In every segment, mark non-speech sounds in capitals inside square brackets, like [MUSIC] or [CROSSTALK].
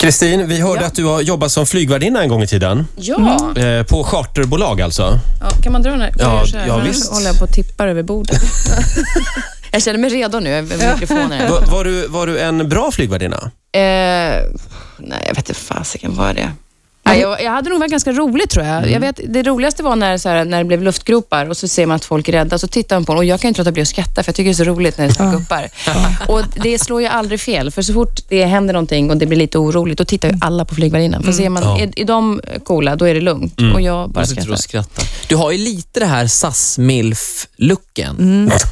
Kristin, vi hörde Ja. att du har jobbat som flygvärdinna en gång i tiden. Ja. Mm. Eh, på charterbolag alltså. ja. Kan man dra den här? Ja, Jag gör så här. ja, Mm. visst. håller jag på att tippa över [LAUGHS] bordet. jag känner mig redo nu över mikrofonen. [LAUGHS] Va, var, du, var du en bra flygvärdinna? Eh, nej, jag vet inte fasiken vad det är. Nej, jag, jag hade nog varit ganska rolig tror jag. jag vet, det roligaste var när, så här, när det blev luftgropar och så ser man att folk är rädda så tittar man på dem och jag kan ju inte låta bli att skratta för jag tycker det är så roligt när det är guppar. Och det slår ju aldrig fel för så fort det händer någonting och det blir lite oroligt då Mm. tittar ju alla på flygvärdinnan. För ser man, Ja. är, är de coola då är det lugnt och jag bara Jag sitter skrattar. och skrattar. Du har ju lite det här SAS-MILF-looken,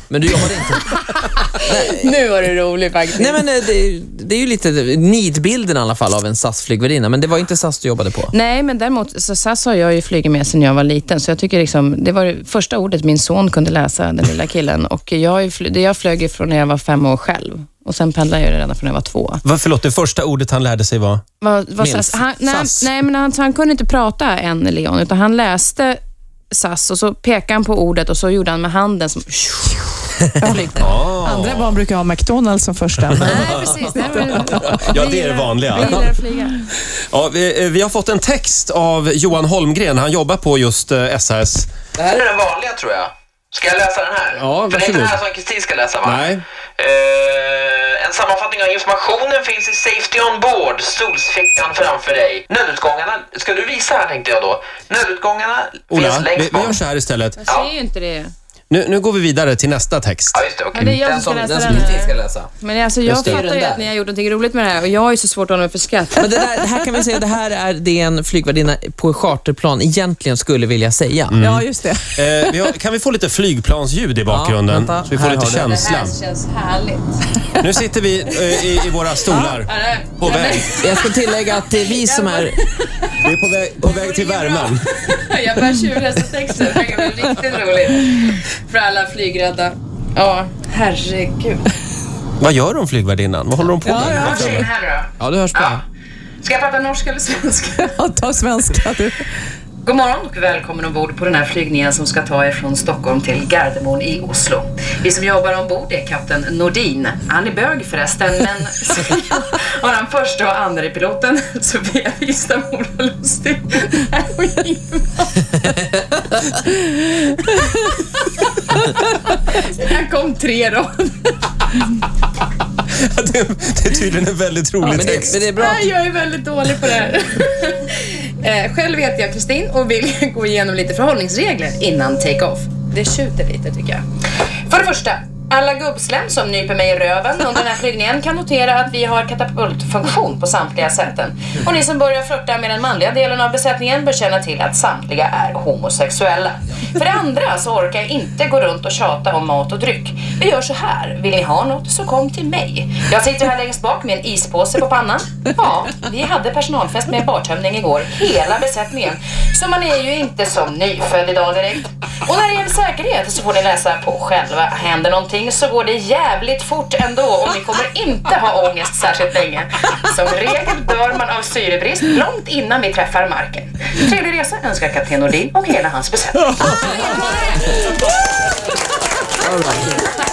men du har det inte. Nu var du rolig faktiskt. Nej, men eh, det, är ju- det är ju lite nidbilden i alla fall av en SAS-flygvärdinna, men det var ju inte SAS du jobbade på. Nej, men däremot så SAS har jag ju flugit med sedan jag var liten, så jag tycker liksom, det var det första ordet min son kunde läsa, den lilla killen. Och jag, har ju fly- det jag flög ifrån när jag var fem år själv. Och sen pendlade jag redan från när jag var två. Va, förlåt, det första ordet han lärde sig var? Vad, vad Milf. SAS, han, nej, SAS. nej, men han, så han kunde inte prata än, Leon, utan han läste SAS och så pekade han på ordet och så gjorde han med [LAUGHS] handen som... Flygde. Ah. Andra barn brukar ha McDonalds som första. men- Nej, precis. Nej, men, Ja, det är det Vi vanliga. gillar att flyga. Ja, vi, eh, vi har fått en text av Johan Holmgren. Han jobbar på just eh, SAS. Det här är den vanliga tror jag. Ska jag läsa den här? Ja, För det är varsågod. inte den här som Kristin ska läsa va? Nej. Eh, en sammanfattning av informationen finns i Safety on board, stolsfickan framför dig. Nödutgångarna, ska du visa här tänkte jag då. Nödutgångarna Ola, finns vi, längst vi bak. gör så här istället. Jag ser ju inte det. Nu, nu går vi vidare till nästa text. Ja, just det, okej. Ja, det är jag som ska läsa den. här. läsa. Men alltså, jag Just det. fattar ju att ni har gjort någonting roligt med det här och jag är ju så svårt att hålla mig för skratt. Men det, där, det här kan vi säga, det här är det en flygvärdinna på charterplan egentligen skulle vilja säga. Ja, just det. [LAUGHS] Eh, vi har, kan vi få lite flygplansljud i bakgrunden? vänta. så vi får Här lite har du. känsla. känns härligt. Nu sitter vi eh, i, i våra stolar. På väg. Jag ska tillägga att det är vi som är... Vi är på väg, på väg till värmen. [LAUGHS] Jag börjar tjurläsa texten. Det här bli riktigt roligt. För alla flygrädda. Ja, herregud. Vad gör de flygvärdinnan? Vad håller de på med? ja. Säg den här nu då. Ja, du hörs på. Ska jag prata norska eller svenska? Ja, Ta svenska du. God morgon och välkommen ombord på den här flygningen som ska ta er från Stockholm till Gardermoen i Oslo. Vi som jobbar ombord är kapten Nordin. Han är bög förresten, men [LAUGHS] har han första och andra piloten Sofia Wistam-Ola Lustig. Nej, och ingen annan. Jag kom tre rader. Det, [LAUGHS] det är tydligen en väldigt rolig Men det, text. men det är bra. Nej, jag är väldigt dålig på det här. [LAUGHS] Eh, Själv heter jag Kristin och vill [LAUGHS] gå igenom lite förhållningsregler innan take-off. Det tjuter lite tycker jag. För det första, alla gubbslem som nyper mig i röven under den här flygningen kan notera att vi har katapultfunktion på samtliga säten. Och ni som börjar flirta med den manliga delen av besättningen bör känna till att samtliga är homosexuella. För det andra så orkar jag inte gå runt och tjata om mat och dryck. Vi gör så här, vill ni ha något så kom till mig. Jag sitter här längst bak med en ispåse på pannan. Ja, vi hade personalfest med bartömning igår, hela besättningen. Så man är ju inte som nyfödd idag direkt. Och när det gäller säkerhet så får ni läsa på själva. Händer någonting så går det jävligt fort ändå och ni kommer inte ha ångest särskilt länge. Som regel dör man av syrebrist långt innan vi träffar marken. Trevlig resa önskar kapten Nordin och hela hans besättning. All right.